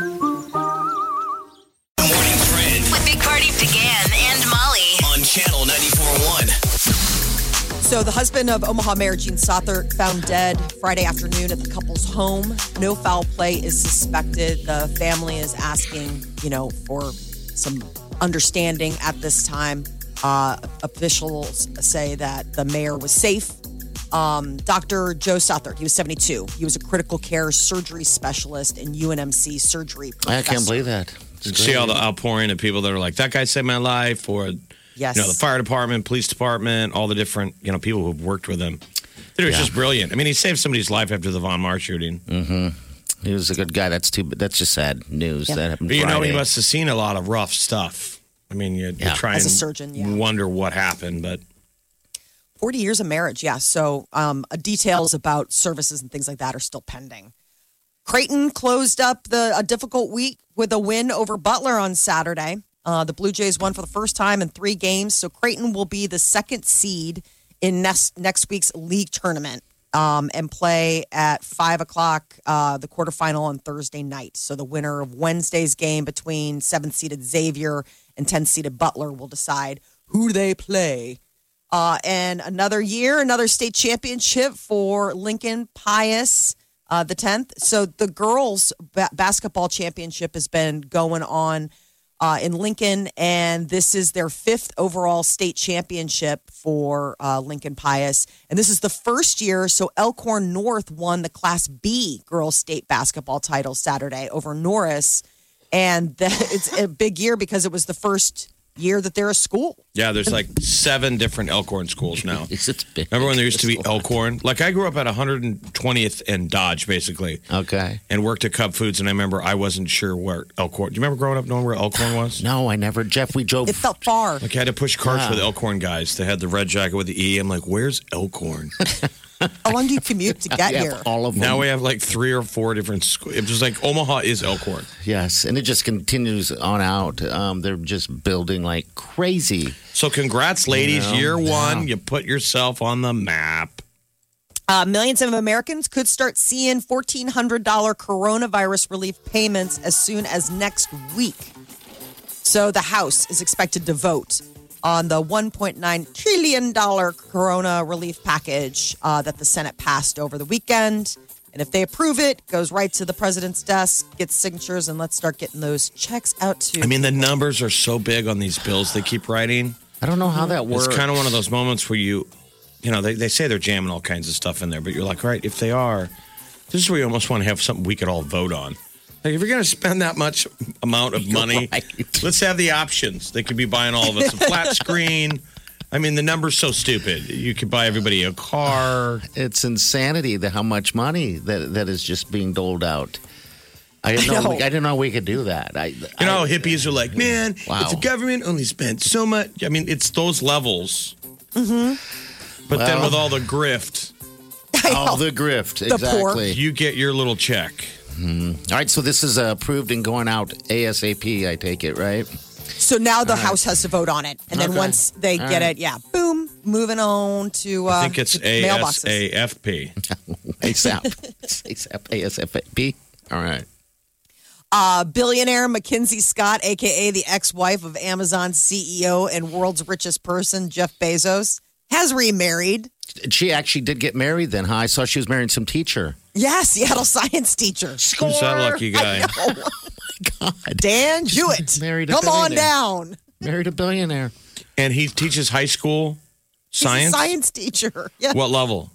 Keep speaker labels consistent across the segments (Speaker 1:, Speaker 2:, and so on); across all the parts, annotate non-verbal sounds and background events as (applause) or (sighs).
Speaker 1: Morning trend
Speaker 2: With Big Party began and Molly.
Speaker 1: on channel 94.1.
Speaker 3: So, the husband of Omaha Mayor Gene Sothert found dead Friday afternoon at the couple's home. No foul play is suspected. The family is asking, you know, for some understanding at this time. Uh, officials say that the mayor was safe. Um, Dr. Joe Sothert, he was 72. He was a critical care surgery specialist and UNMC surgery. Professor.
Speaker 4: I can't believe that. It's great.
Speaker 5: See all the outpouring of people that are like, that guy saved my life, or,
Speaker 3: Yes.
Speaker 5: you know, the fire department, police department, all the different, you know, people who've worked with him. It was just brilliant. I mean, he saved somebody's life after the Von Marsh shooting.
Speaker 3: Mm-hmm.
Speaker 4: He was a good guy. That's too. That's just sad news. That happened.
Speaker 5: But you know, he
Speaker 4: Friday. (laughs)
Speaker 5: must have seen a lot of rough stuff. I mean, you, you
Speaker 4: Yeah.
Speaker 5: try
Speaker 3: As a
Speaker 5: and
Speaker 3: surgeon, yeah.
Speaker 5: wonder what happened, but
Speaker 3: 40 years of marriage, yeah. So um, uh, details about services and things like that are still pending. Creighton closed up the a difficult week with a win over Butler on Saturday. Uh, the Blue Jays won for the first time in three games, so Creighton will be the second seed in next next week's league tournament um, and play at five o'clock uh, the quarterfinal on Thursday night. So the winner of Wednesday's game between seventh seeded Xavier and ten seeded Butler will decide who they play. Uh, and another year, another state championship for Lincoln Pius uh, the 10th. So the girls' ba- basketball championship has been going on uh, in Lincoln, and this is their fifth overall state championship for uh, Lincoln Pius. And this is the first year, so Elkhorn North won the Class B girls' state basketball title Saturday over Norris. And (laughs) the, it's a big year because it was the first year that they're a school.
Speaker 5: yeah, there's like seven different
Speaker 3: (laughs)
Speaker 5: Elkhorn schools now.
Speaker 4: It's, it's big.
Speaker 5: Remember when there used to be
Speaker 4: It's a lot.
Speaker 5: Elkhorn? Like I grew up at 120th and Dodge, basically,
Speaker 4: Okay.
Speaker 5: and worked at Cub Foods. And I remember I wasn't sure where Elkhorn. Do you remember growing up knowing where Elkhorn was?
Speaker 4: No, I never. Jeff, we drove.
Speaker 3: It felt far.
Speaker 5: Like I had to push carts with Elkhorn guys. They had the red jacket with the E. I'm like, where's
Speaker 4: (laughs)
Speaker 5: Elkhorn?
Speaker 3: How long do you commute to get
Speaker 4: yeah,
Speaker 3: here?
Speaker 4: all of them.
Speaker 5: now we have like three or four different schools. It was like Omaha is Elkhorn.
Speaker 4: yes, and it just continues on out. Um, they're just building like crazy.
Speaker 5: So congrats, ladies.
Speaker 4: Yeah.
Speaker 5: Year one,
Speaker 4: Yeah.
Speaker 5: you put yourself on the map.
Speaker 3: Uh, millions of Americans could start seeing $1,400 coronavirus relief payments as soon as next week. So the House is expected to vote on the $1.9 trillion corona relief package uh, that the Senate passed over the weekend. And if they approve it, goes right to the president's desk, gets signatures, and let's start getting those checks out to. (laughs)
Speaker 5: I mean, the numbers are so big on these bills they keep writing.
Speaker 4: I don't know how that works.
Speaker 5: It's kind of one of those moments where you, you know, they, they say they're jamming all kinds of stuff in there, but you're like, all right, if they are, this is where you almost want to have something we could all vote on. Like, if you're going to spend that much
Speaker 4: (laughs)
Speaker 5: amount of money,
Speaker 4: (laughs) right.
Speaker 5: let's have the options. They could be buying all of us a flat screen. I mean, the number's so stupid. You could buy everybody a car.
Speaker 4: It's insanity the how much money that that is just being doled out. I didn't know.
Speaker 3: know.
Speaker 4: we- I didn't know we could do that. I,
Speaker 5: You know,
Speaker 3: (laughs)
Speaker 4: I,
Speaker 5: hippies are like, man,
Speaker 4: Wow.
Speaker 5: if the government only spent so much, I mean, it's those levels. But then
Speaker 4: Well-
Speaker 5: with all the grift,
Speaker 4: all Oh, the grift.
Speaker 3: Oh, The poor.
Speaker 4: exactly.
Speaker 5: you get your little check.
Speaker 4: All right, so this is uh, approved and going out ASAP. I take it, right? (laughs)
Speaker 3: So now the House has to vote on it, and then
Speaker 4: Okay.
Speaker 3: once they
Speaker 4: All
Speaker 3: get
Speaker 4: right.
Speaker 3: it, yeah, boom, moving on to. Uh,
Speaker 5: I think it's
Speaker 3: to mailboxes.
Speaker 5: ASAFP.
Speaker 4: ASAP, ASAP, ASAP. All right.
Speaker 3: Uh, billionaire Mackenzie Scott, aka the ex-wife of Amazon CEO and world's richest person Jeff Bezos, has remarried.
Speaker 4: She actually did get married then, huh? I saw she was marrying some teacher.
Speaker 3: Yeah, (laughs) Seattle science teacher Oh
Speaker 5: Who's that
Speaker 3: (laughs)
Speaker 5: lucky guy? (laughs)
Speaker 4: God,
Speaker 3: Dan Jewett.
Speaker 4: married a
Speaker 3: Come on
Speaker 4: billionaire.
Speaker 3: down.
Speaker 4: married a billionaire.
Speaker 5: And he teaches high school
Speaker 3: He's a
Speaker 5: science.
Speaker 3: science teacher. Yeah,
Speaker 5: What level?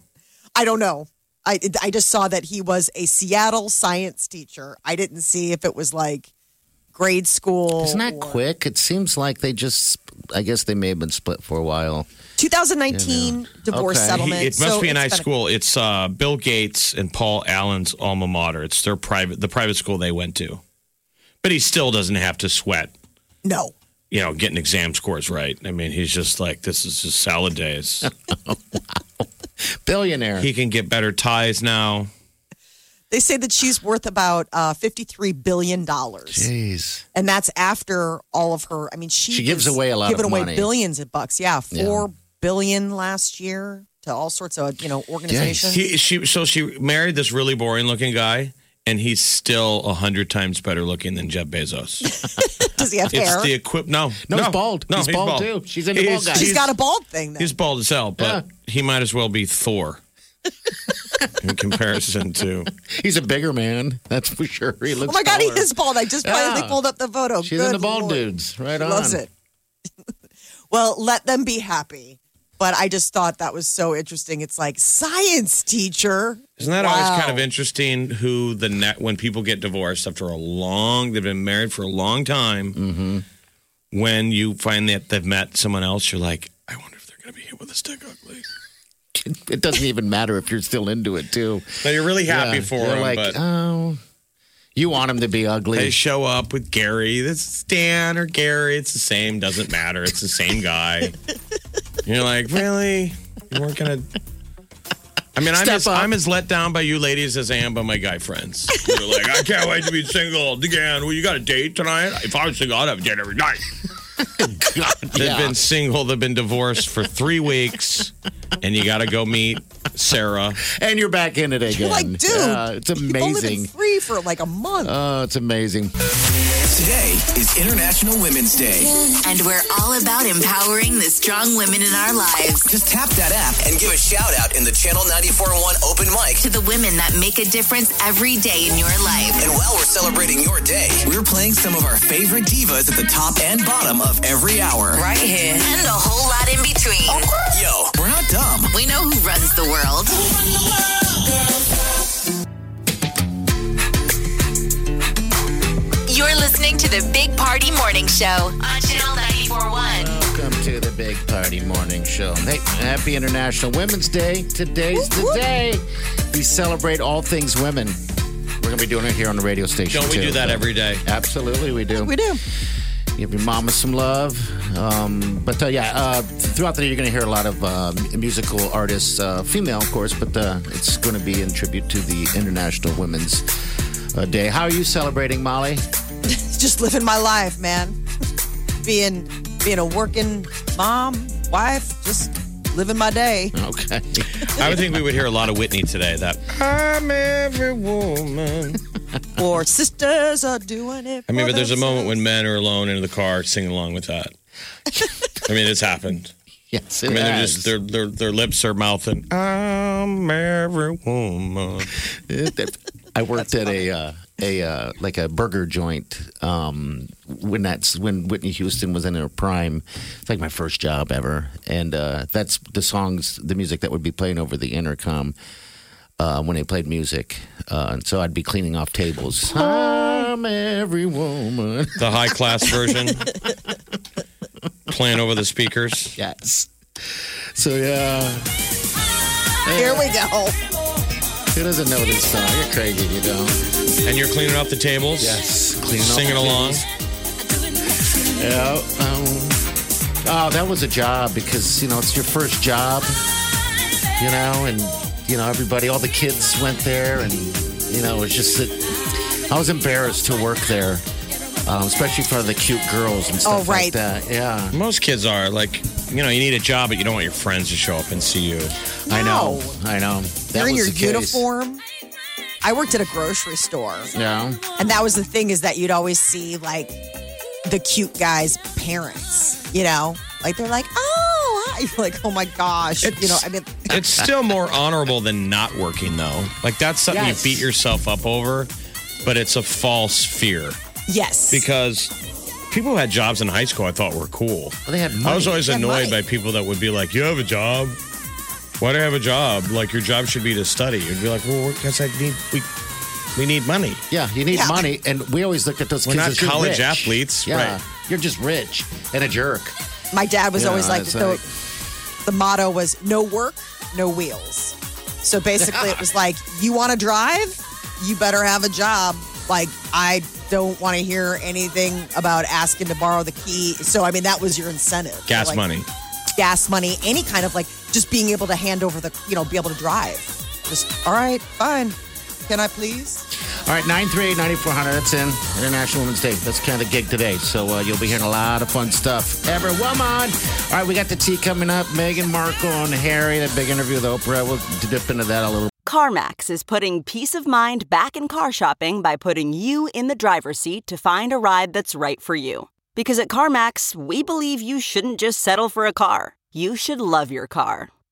Speaker 3: I don't know. I I just saw that he was a Seattle science teacher. I didn't see if it was like grade school.
Speaker 4: Isn't that
Speaker 3: or-
Speaker 4: quick? It seems like they just, I guess they may have been split for a while.
Speaker 3: 2019 divorce
Speaker 4: Okay. He-
Speaker 3: settlement.
Speaker 5: He, it must
Speaker 3: So
Speaker 5: be a
Speaker 3: it's
Speaker 5: nice
Speaker 3: been a-
Speaker 5: school. It's uh, Bill Gates and Paul Allen's alma mater. It's their private, the private school they went to. But he still doesn't have to sweat
Speaker 3: No.
Speaker 5: you know, getting exam scores right. I mean, he's just like, this is just
Speaker 3: (laughs)
Speaker 5: salad days.
Speaker 4: Billionaire.
Speaker 5: he can get better ties now.
Speaker 3: They say that she's worth about uh, $53 billion.
Speaker 4: Jeez.
Speaker 3: And that's after all of her. I mean, she,
Speaker 4: She gives
Speaker 3: is
Speaker 4: away a lot
Speaker 3: giving
Speaker 4: of
Speaker 3: away
Speaker 4: money.
Speaker 3: billions of bucks. Yeah,
Speaker 4: Yeah.
Speaker 3: four billion last year to all sorts of you know organizations.
Speaker 5: He, she, so she married this really boring looking guy, and he's still a hundred times better looking than Jeff Bezos.
Speaker 3: Does he have hair?
Speaker 5: It's the equip. No,
Speaker 4: No, he's bald. He's bald, too. She's into bald guys.
Speaker 3: She's
Speaker 5: he's-
Speaker 3: got a bald thing. Then.
Speaker 5: He's bald as hell, but he might as well be Thor in comparison to.
Speaker 4: He's a bigger man. That's for sure. He looks
Speaker 3: Oh my god, he
Speaker 4: taller.
Speaker 3: is bald. I just finally
Speaker 4: Yeah.
Speaker 3: pulled up the photo.
Speaker 4: She's
Speaker 3: Good
Speaker 4: in the bald
Speaker 3: Lord.
Speaker 4: dudes. Right
Speaker 3: She
Speaker 4: on.
Speaker 3: Loves it. (laughs) well, let them be happy. But I just thought that was so interesting. It's like science teacher.
Speaker 5: Isn't that always kind
Speaker 3: Wow.
Speaker 5: of interesting? Who the net when people get divorced after a long, they've been married for a long time.
Speaker 4: Mm-hmm.
Speaker 5: When you find that they've met someone else, you're like, I wonder if they're going to be hit with a stick ugly.
Speaker 4: It doesn't even matter if you're still into it too.
Speaker 5: Now you're really happy
Speaker 4: Yeah.
Speaker 5: for
Speaker 4: You're
Speaker 5: them,
Speaker 4: like,
Speaker 5: but
Speaker 4: oh, you want him to be
Speaker 5: they
Speaker 4: ugly.
Speaker 5: show up with Gary. This is Dan or Gary. It's the same. Doesn't matter. It's the same (laughs) guy. And you're like, really? You weren't going to. I mean, I'm
Speaker 4: Step
Speaker 5: as,
Speaker 4: up.
Speaker 5: I'm as let down by you ladies as I am by my guy friends. You're like, I can't wait to be single again. Well, you got a date tonight? If I was single, I'd have a date every (laughs) night. They've
Speaker 4: Yeah.
Speaker 5: been single. They've been divorced for three weeks, and you got to go meet Sarah.
Speaker 4: and you're back in it again.
Speaker 3: You're like, dude,
Speaker 4: Yeah, it's
Speaker 3: You've only been
Speaker 4: amazing.
Speaker 3: free for like a month.
Speaker 4: Oh, it's amazing.
Speaker 1: Today is International Women's Day.
Speaker 2: And we're all about empowering the strong women in our lives.
Speaker 1: Just tap that app and give a shout out in the Channel 94.1 open mic.
Speaker 2: To the women that make a difference every day in your life.
Speaker 1: And while we're celebrating your day, we're playing some of our favorite divas at the top and bottom of every hour.
Speaker 2: Right here. And a whole lot in between.
Speaker 1: Yo, we're not dumb.
Speaker 2: We know who runs the world. You're listening to the Big Party Morning Show on Channel 941.
Speaker 4: Welcome to the Big Party Morning Show. Hey, happy International Women's Day. Today's the day we celebrate all things women. We're going to be doing it here on the radio station.
Speaker 5: Don't we
Speaker 4: too.
Speaker 5: do that every day?
Speaker 4: Absolutely, we do.
Speaker 3: we do.
Speaker 4: Give your mama some love. Um, but uh, yeah, uh, throughout the day, you're going to hear a lot of uh, musical artists, uh, female, of course, but uh, it's going to be in tribute to the International Women's uh, Day. How are you celebrating, Molly? (laughs)
Speaker 3: Just living my life, man. (laughs) being being a working mom, wife, just living my day.
Speaker 4: Okay.
Speaker 5: I would think we would hear a lot of Whitney today. That I'm every woman.
Speaker 3: Or sisters are doing it.
Speaker 5: I mean,
Speaker 3: for
Speaker 5: but there's a
Speaker 3: themselves.
Speaker 5: moment when men are alone in the car singing along with that. I mean, it's happened.
Speaker 4: Yes,
Speaker 5: I
Speaker 4: it
Speaker 5: mean, they're
Speaker 4: has.
Speaker 5: just their their their lips are mouthing. I'm every woman.
Speaker 4: I worked at a uh, a uh, like a burger joint um, when that's when Whitney Houston was in her prime. It's like my first job ever, and uh, that's the songs, the music that would be playing over the intercom uh, when they played music. Uh, and so I'd be cleaning off tables. I'm every
Speaker 5: (laughs)
Speaker 4: woman.
Speaker 5: The high class version playing over the speakers.
Speaker 4: Yes. So yeah,
Speaker 3: Here we go.
Speaker 4: who doesn't know this song? You're crazy, if you don't.
Speaker 5: And you're cleaning off the tables.
Speaker 4: Yes, cleaning off
Speaker 5: Singing
Speaker 4: the
Speaker 5: along.
Speaker 4: tables. Yeah. Um, oh, that was a job because you know it's your first job, you know, and you know everybody, all the kids went there, and you know it's just that I was embarrassed to work there, um, especially for the cute girls and stuff
Speaker 3: Oh, right.
Speaker 4: like that. Yeah,
Speaker 5: Most kids are like, you know, you need a job, but you don't want your friends to show up and see you.
Speaker 4: I know,
Speaker 3: No.
Speaker 4: I know. That
Speaker 3: You're in
Speaker 4: was
Speaker 3: your
Speaker 4: the case.
Speaker 3: uniform. I worked at a grocery store.
Speaker 4: Yeah.
Speaker 3: And that was the thing is that you'd always see like the cute guy's parents, you know? Like they're like, oh, hi." (laughs) you're like, oh my gosh. you know, I mean, (laughs)
Speaker 5: It's still more honorable than not working, though. Like that's something
Speaker 4: Yes.
Speaker 5: you beat yourself up over, but it's a false fear
Speaker 3: yes.
Speaker 5: because people who had jobs in high school I thought were cool.
Speaker 4: Well, they had
Speaker 5: I was
Speaker 4: money.
Speaker 5: always
Speaker 3: They had
Speaker 5: annoyed by
Speaker 3: money.
Speaker 5: people that would be like, "You have a job? Why do you have a job? Like your job should be to study." You'd be like, "Well, because I need we we need money."
Speaker 4: Yeah, you need
Speaker 3: Yeah.
Speaker 4: money, and we always looked at those
Speaker 5: We're
Speaker 4: kids
Speaker 5: not
Speaker 4: as you're
Speaker 5: college
Speaker 4: rich.
Speaker 5: athletes,
Speaker 4: Yeah,
Speaker 5: right.
Speaker 4: you're just rich and a jerk.
Speaker 3: my dad was
Speaker 4: You
Speaker 3: always
Speaker 4: know,
Speaker 3: like,
Speaker 4: it's
Speaker 3: the,
Speaker 4: like-
Speaker 3: the motto was no work, no wheels.
Speaker 5: (laughs)
Speaker 3: So basically, it was like, you want to drive? You better have a job. Like, I don't want to hear anything about asking to borrow the key. So, I mean, that was your incentive.
Speaker 5: Gas
Speaker 3: Like,
Speaker 5: money.
Speaker 3: Gas money, any kind of like just being able to hand over the, you know, be able to drive. Just, all right, fine. Can I please?
Speaker 4: All right, 938 9400. That's in International Women's Day. That's kind of the gig today. So uh, you'll be hearing a lot of fun stuff. Ever woman. All right, we got the tea coming up. Meghan Markle and Harry, that big interview with Oprah. We'll dip into that a little
Speaker 6: CarMax is putting peace of mind back in car shopping by putting you in the driver's seat to find a ride that's right for you. Because at CarMax, we believe you shouldn't just settle for a car, you should love your car.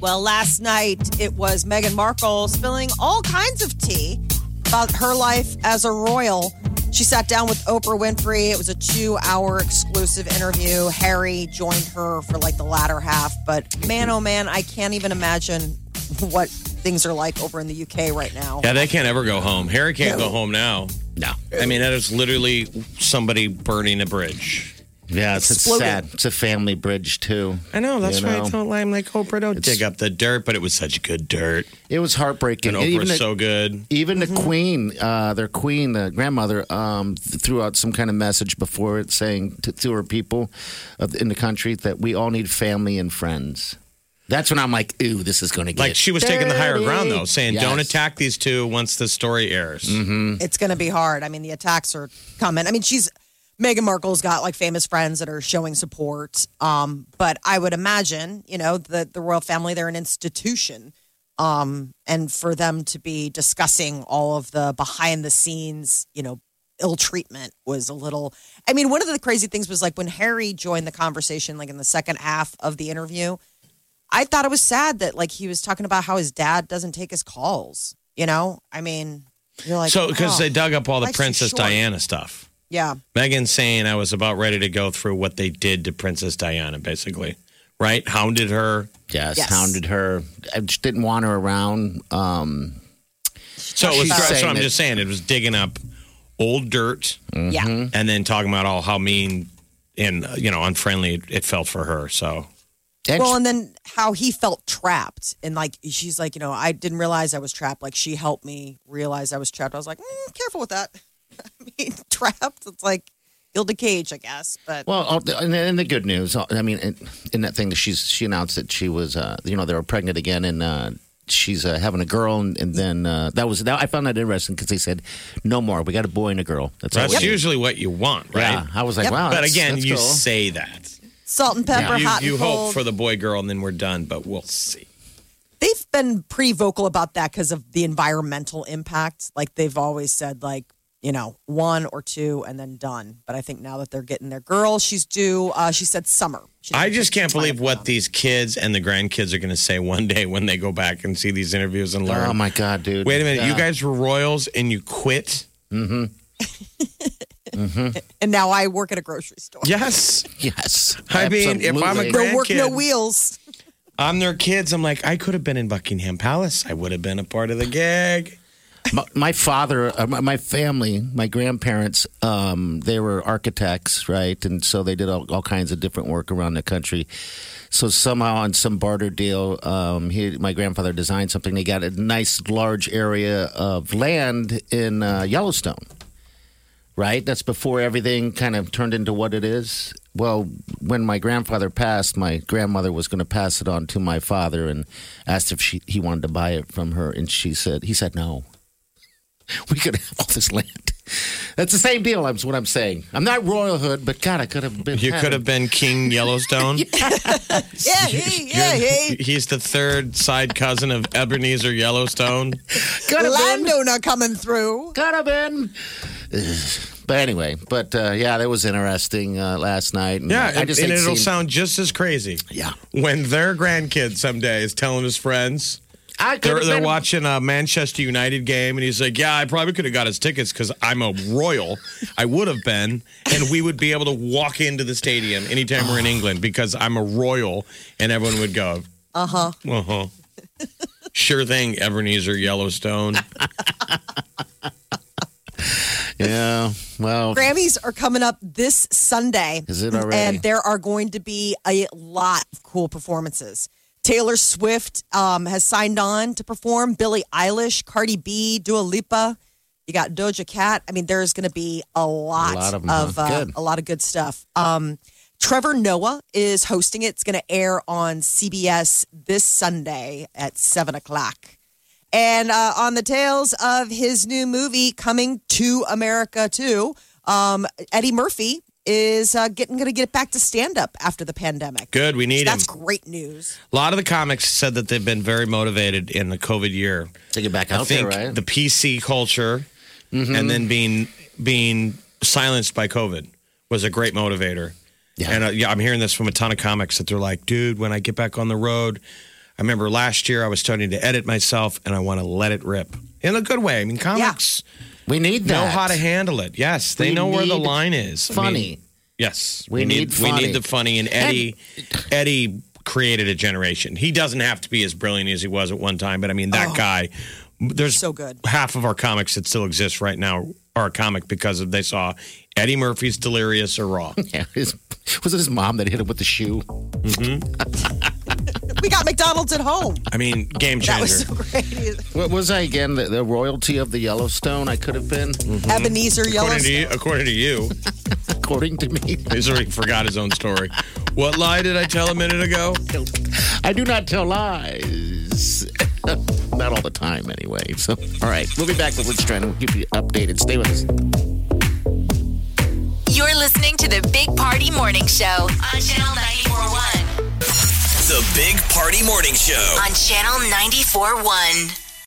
Speaker 3: Well, last night it was Meghan Markle spilling all kinds of tea about her life as a royal. She sat down with Oprah Winfrey. It was a two hour exclusive interview. Harry joined her for like the latter half. But man, oh man, I can't even imagine what things are like over in the UK right now.
Speaker 5: Yeah, they can't ever go home. Harry can't go home now.
Speaker 4: No.
Speaker 5: I mean, that is literally somebody burning a bridge.
Speaker 4: Yeah, it's, it's
Speaker 3: Exploded.
Speaker 4: sad. It's a family bridge, too.
Speaker 5: I know. That's
Speaker 4: You
Speaker 5: why
Speaker 4: know.
Speaker 5: I don't. I'm like Oprah. Don't dig up the dirt, but it was such good dirt.
Speaker 4: It was heartbreaking.
Speaker 5: And
Speaker 4: And even
Speaker 5: Oprah's
Speaker 4: the-
Speaker 5: so good.
Speaker 4: Even the queen, uh, their queen, the grandmother, um, th- threw out some kind of message before it, saying to, to her people of, in the country that we all need family and friends. That's when I'm like, ooh, this is going to get
Speaker 5: Like she was taking the higher
Speaker 4: dirty.
Speaker 5: ground though, saying, "Don't
Speaker 4: Yes. Mm-hmm.
Speaker 5: attack these two once the story airs."
Speaker 3: it's going to be hard. I mean, the attacks are coming. I mean, she's Meghan Markle's got like famous friends that are showing support. Um, but I would imagine, you know, the the royal family they're an institution. Um, and for them to be discussing all of the behind the scenes, you know, ill treatment was a little. I mean, one of the crazy things was like when Harry joined the conversation, like in the second half of the interview. I thought it was sad that like he was talking about how his dad doesn't take his calls. You know, I mean, you're like
Speaker 5: so,
Speaker 3: oh.
Speaker 5: because they dug up all the
Speaker 3: life's too
Speaker 5: Princess
Speaker 3: short.
Speaker 5: Diana stuff.
Speaker 3: Yeah.
Speaker 5: Megan saying I was about ready to go through what they did to Princess Diana, basically, right? Hounded her.
Speaker 4: Yes,
Speaker 3: Yes.
Speaker 4: hounded her. I just didn't want her around. Um,
Speaker 5: So it was.
Speaker 4: She's
Speaker 5: So
Speaker 4: saying
Speaker 5: I'm
Speaker 4: it-
Speaker 5: just saying it was digging up old dirt
Speaker 4: Mm-hmm.
Speaker 3: Yeah.
Speaker 5: and then talking about all how mean and uh, you know unfriendly it, it felt for her. So
Speaker 4: and
Speaker 3: Well, and then how he felt trapped. And like, she's like, you know, I didn't realize I was trapped. Like, she helped me realize I was trapped. I was like, mm, careful with that. (laughs) I mean, trapped. It's like Gilda Cage, I guess. But
Speaker 4: Well, all- and, and the good news, I mean, in, in that thing that she's she announced that she was, uh, you know, they were pregnant again, and uh, she's uh, having a girl, and, and then uh, that was that, I found that interesting because they said no more, we got a boy and a girl. That's, all
Speaker 5: that's
Speaker 4: we need.
Speaker 5: usually what you want, right?
Speaker 4: Yeah, I was like, wow.
Speaker 5: But
Speaker 4: that's-
Speaker 5: again,
Speaker 4: that's
Speaker 5: you
Speaker 4: cool.
Speaker 5: say that.
Speaker 3: salt and pepper,
Speaker 5: You,
Speaker 3: hot
Speaker 5: you
Speaker 3: and
Speaker 5: hope
Speaker 3: cold.
Speaker 5: for the boy girl and then we're done, but we'll see.
Speaker 3: they've been pretty vocal about that because of the environmental impact. Like, they've always said, like, you know, one or two and then done. But I think now that they're getting their girl, she's due, uh, she said summer. She
Speaker 5: I
Speaker 3: didn't-
Speaker 5: just can't believe what these kids and the grandkids are going to say one day when they go back and see these interviews and learn.
Speaker 4: Oh my god, dude!
Speaker 5: Wait a minute, you
Speaker 4: Yeah.
Speaker 5: guys were royals and you quit?
Speaker 3: And now I work at a grocery store.
Speaker 5: Yes.
Speaker 4: (laughs) Yes,
Speaker 5: I mean, if I'm a
Speaker 4: absolutely.
Speaker 3: No work, no
Speaker 5: grandkid.
Speaker 3: wheels.
Speaker 5: I'm their kids. I'm like, I could have been in Buckingham Palace. I would have been a part of the gig.
Speaker 4: my, my father, uh, my, my family, my grandparents, um, they were architects, right? And so they did all, all kinds of different work around the country. So somehow on some barter deal, um, he, my grandfather designed something. They got a nice large area of land in uh, Yellowstone, right? That's before everything kind of turned into what it is. Well, when my grandfather passed, my grandmother was going to pass it on to my father and asked if she, he wanted to (laughs) buy it from her. And she said, he said, no we could have all this land. That's the same deal. That's what I'm saying. I'm not royal hood, but God, I could have been.
Speaker 5: You
Speaker 4: had
Speaker 5: could have
Speaker 4: it.
Speaker 5: been
Speaker 4: (laughs)
Speaker 5: King Yellowstone.
Speaker 3: Yeah, hey, yeah, hey.
Speaker 5: He's the third side cousin of Ebenezer Yellowstone.
Speaker 4: Mm-hmm. Could have been.
Speaker 3: Landowner coming through.
Speaker 4: Could have been. (sighs) But anyway, but uh, yeah, that was interesting uh, last night. And
Speaker 5: Yeah,
Speaker 4: I just
Speaker 5: and
Speaker 4: hate
Speaker 5: it'll
Speaker 4: seeing-
Speaker 5: sound just as crazy.
Speaker 4: Yeah.
Speaker 5: When their grandkid someday is telling his friends,
Speaker 4: I could
Speaker 5: they're,
Speaker 4: have
Speaker 5: they're
Speaker 4: been-
Speaker 5: watching a Manchester United game, and he's like, Yeah, I probably could have got his tickets because I'm a royal. I would have been, and we would be able to walk into the stadium anytime we're in England because I'm a royal, and everyone would go,
Speaker 3: Uh huh.
Speaker 5: Uh huh. Sure thing, Ebenezer Yellowstone.
Speaker 4: Yeah. Well,
Speaker 3: Grammys are coming up this Sunday.
Speaker 4: Is it already?
Speaker 3: And there are going to be a lot of cool performances. Taylor Swift um, has signed on to perform. Billie Eilish, Cardi B, Dua Lipa. You got Doja Cat. I mean, there's going to be a lot,
Speaker 4: A lot of 'em, huh?
Speaker 3: uh,
Speaker 4: Good.
Speaker 3: a lot of good stuff. Um, Trevor Noah is hosting it. It's going to air on CBS this Sunday at seven o'clock. And uh, on the tails of his new movie coming to America too, um, Eddie Murphy is uh, getting going to get back to stand up after the pandemic.
Speaker 5: Good, we
Speaker 3: So
Speaker 5: need him.
Speaker 3: that's great news.
Speaker 5: A lot of the comics said that they've been very motivated in the COVID year.
Speaker 4: take it back
Speaker 5: I
Speaker 4: out there,
Speaker 5: think
Speaker 4: right?
Speaker 5: the PC culture and then being being silenced by COVID was a great motivator.
Speaker 4: Yeah.
Speaker 5: And uh, yeah, I'm hearing this from a ton of comics that they're like, dude, when I get back on the road, I remember last year I was starting to edit myself and I want to let it rip in a good way. I mean, comics
Speaker 4: we need that.
Speaker 5: know how to handle it. Yes, they
Speaker 4: We
Speaker 5: know where the
Speaker 4: need
Speaker 5: line is. I mean,
Speaker 4: funny.
Speaker 5: yes,
Speaker 4: We need
Speaker 5: we
Speaker 4: funny.
Speaker 5: need the funny. And Eddie, Eddie created a generation. He doesn't have to be as brilliant as he was at one time, but I mean that guy. There's
Speaker 3: So good.
Speaker 5: half of our comics that still exist right now are a comic because of they saw Eddie Murphy's Delirious or Raw.
Speaker 4: (laughs) yeah, his, was it his mom that hit him with the shoe?
Speaker 3: We got McDonald's at home.
Speaker 5: I mean, game
Speaker 3: That
Speaker 5: changer.
Speaker 3: was so great.
Speaker 4: What was I again? The, the royalty of the Yellowstone? I could have been,
Speaker 3: Ebenezer
Speaker 5: according to
Speaker 3: Yellowstone.
Speaker 5: you, according to you,
Speaker 4: according to me.
Speaker 5: he's already forgot his own story. What lie did I tell a minute ago?
Speaker 4: I do not tell lies. (laughs) not all the time, anyway. So, all right, we'll be back with What's Trending. We'll keep you updated. Stay with us.
Speaker 2: You're listening to the Big Party Morning Show on Channel 941.
Speaker 1: The Big Party Morning Show.
Speaker 2: On Channel 941.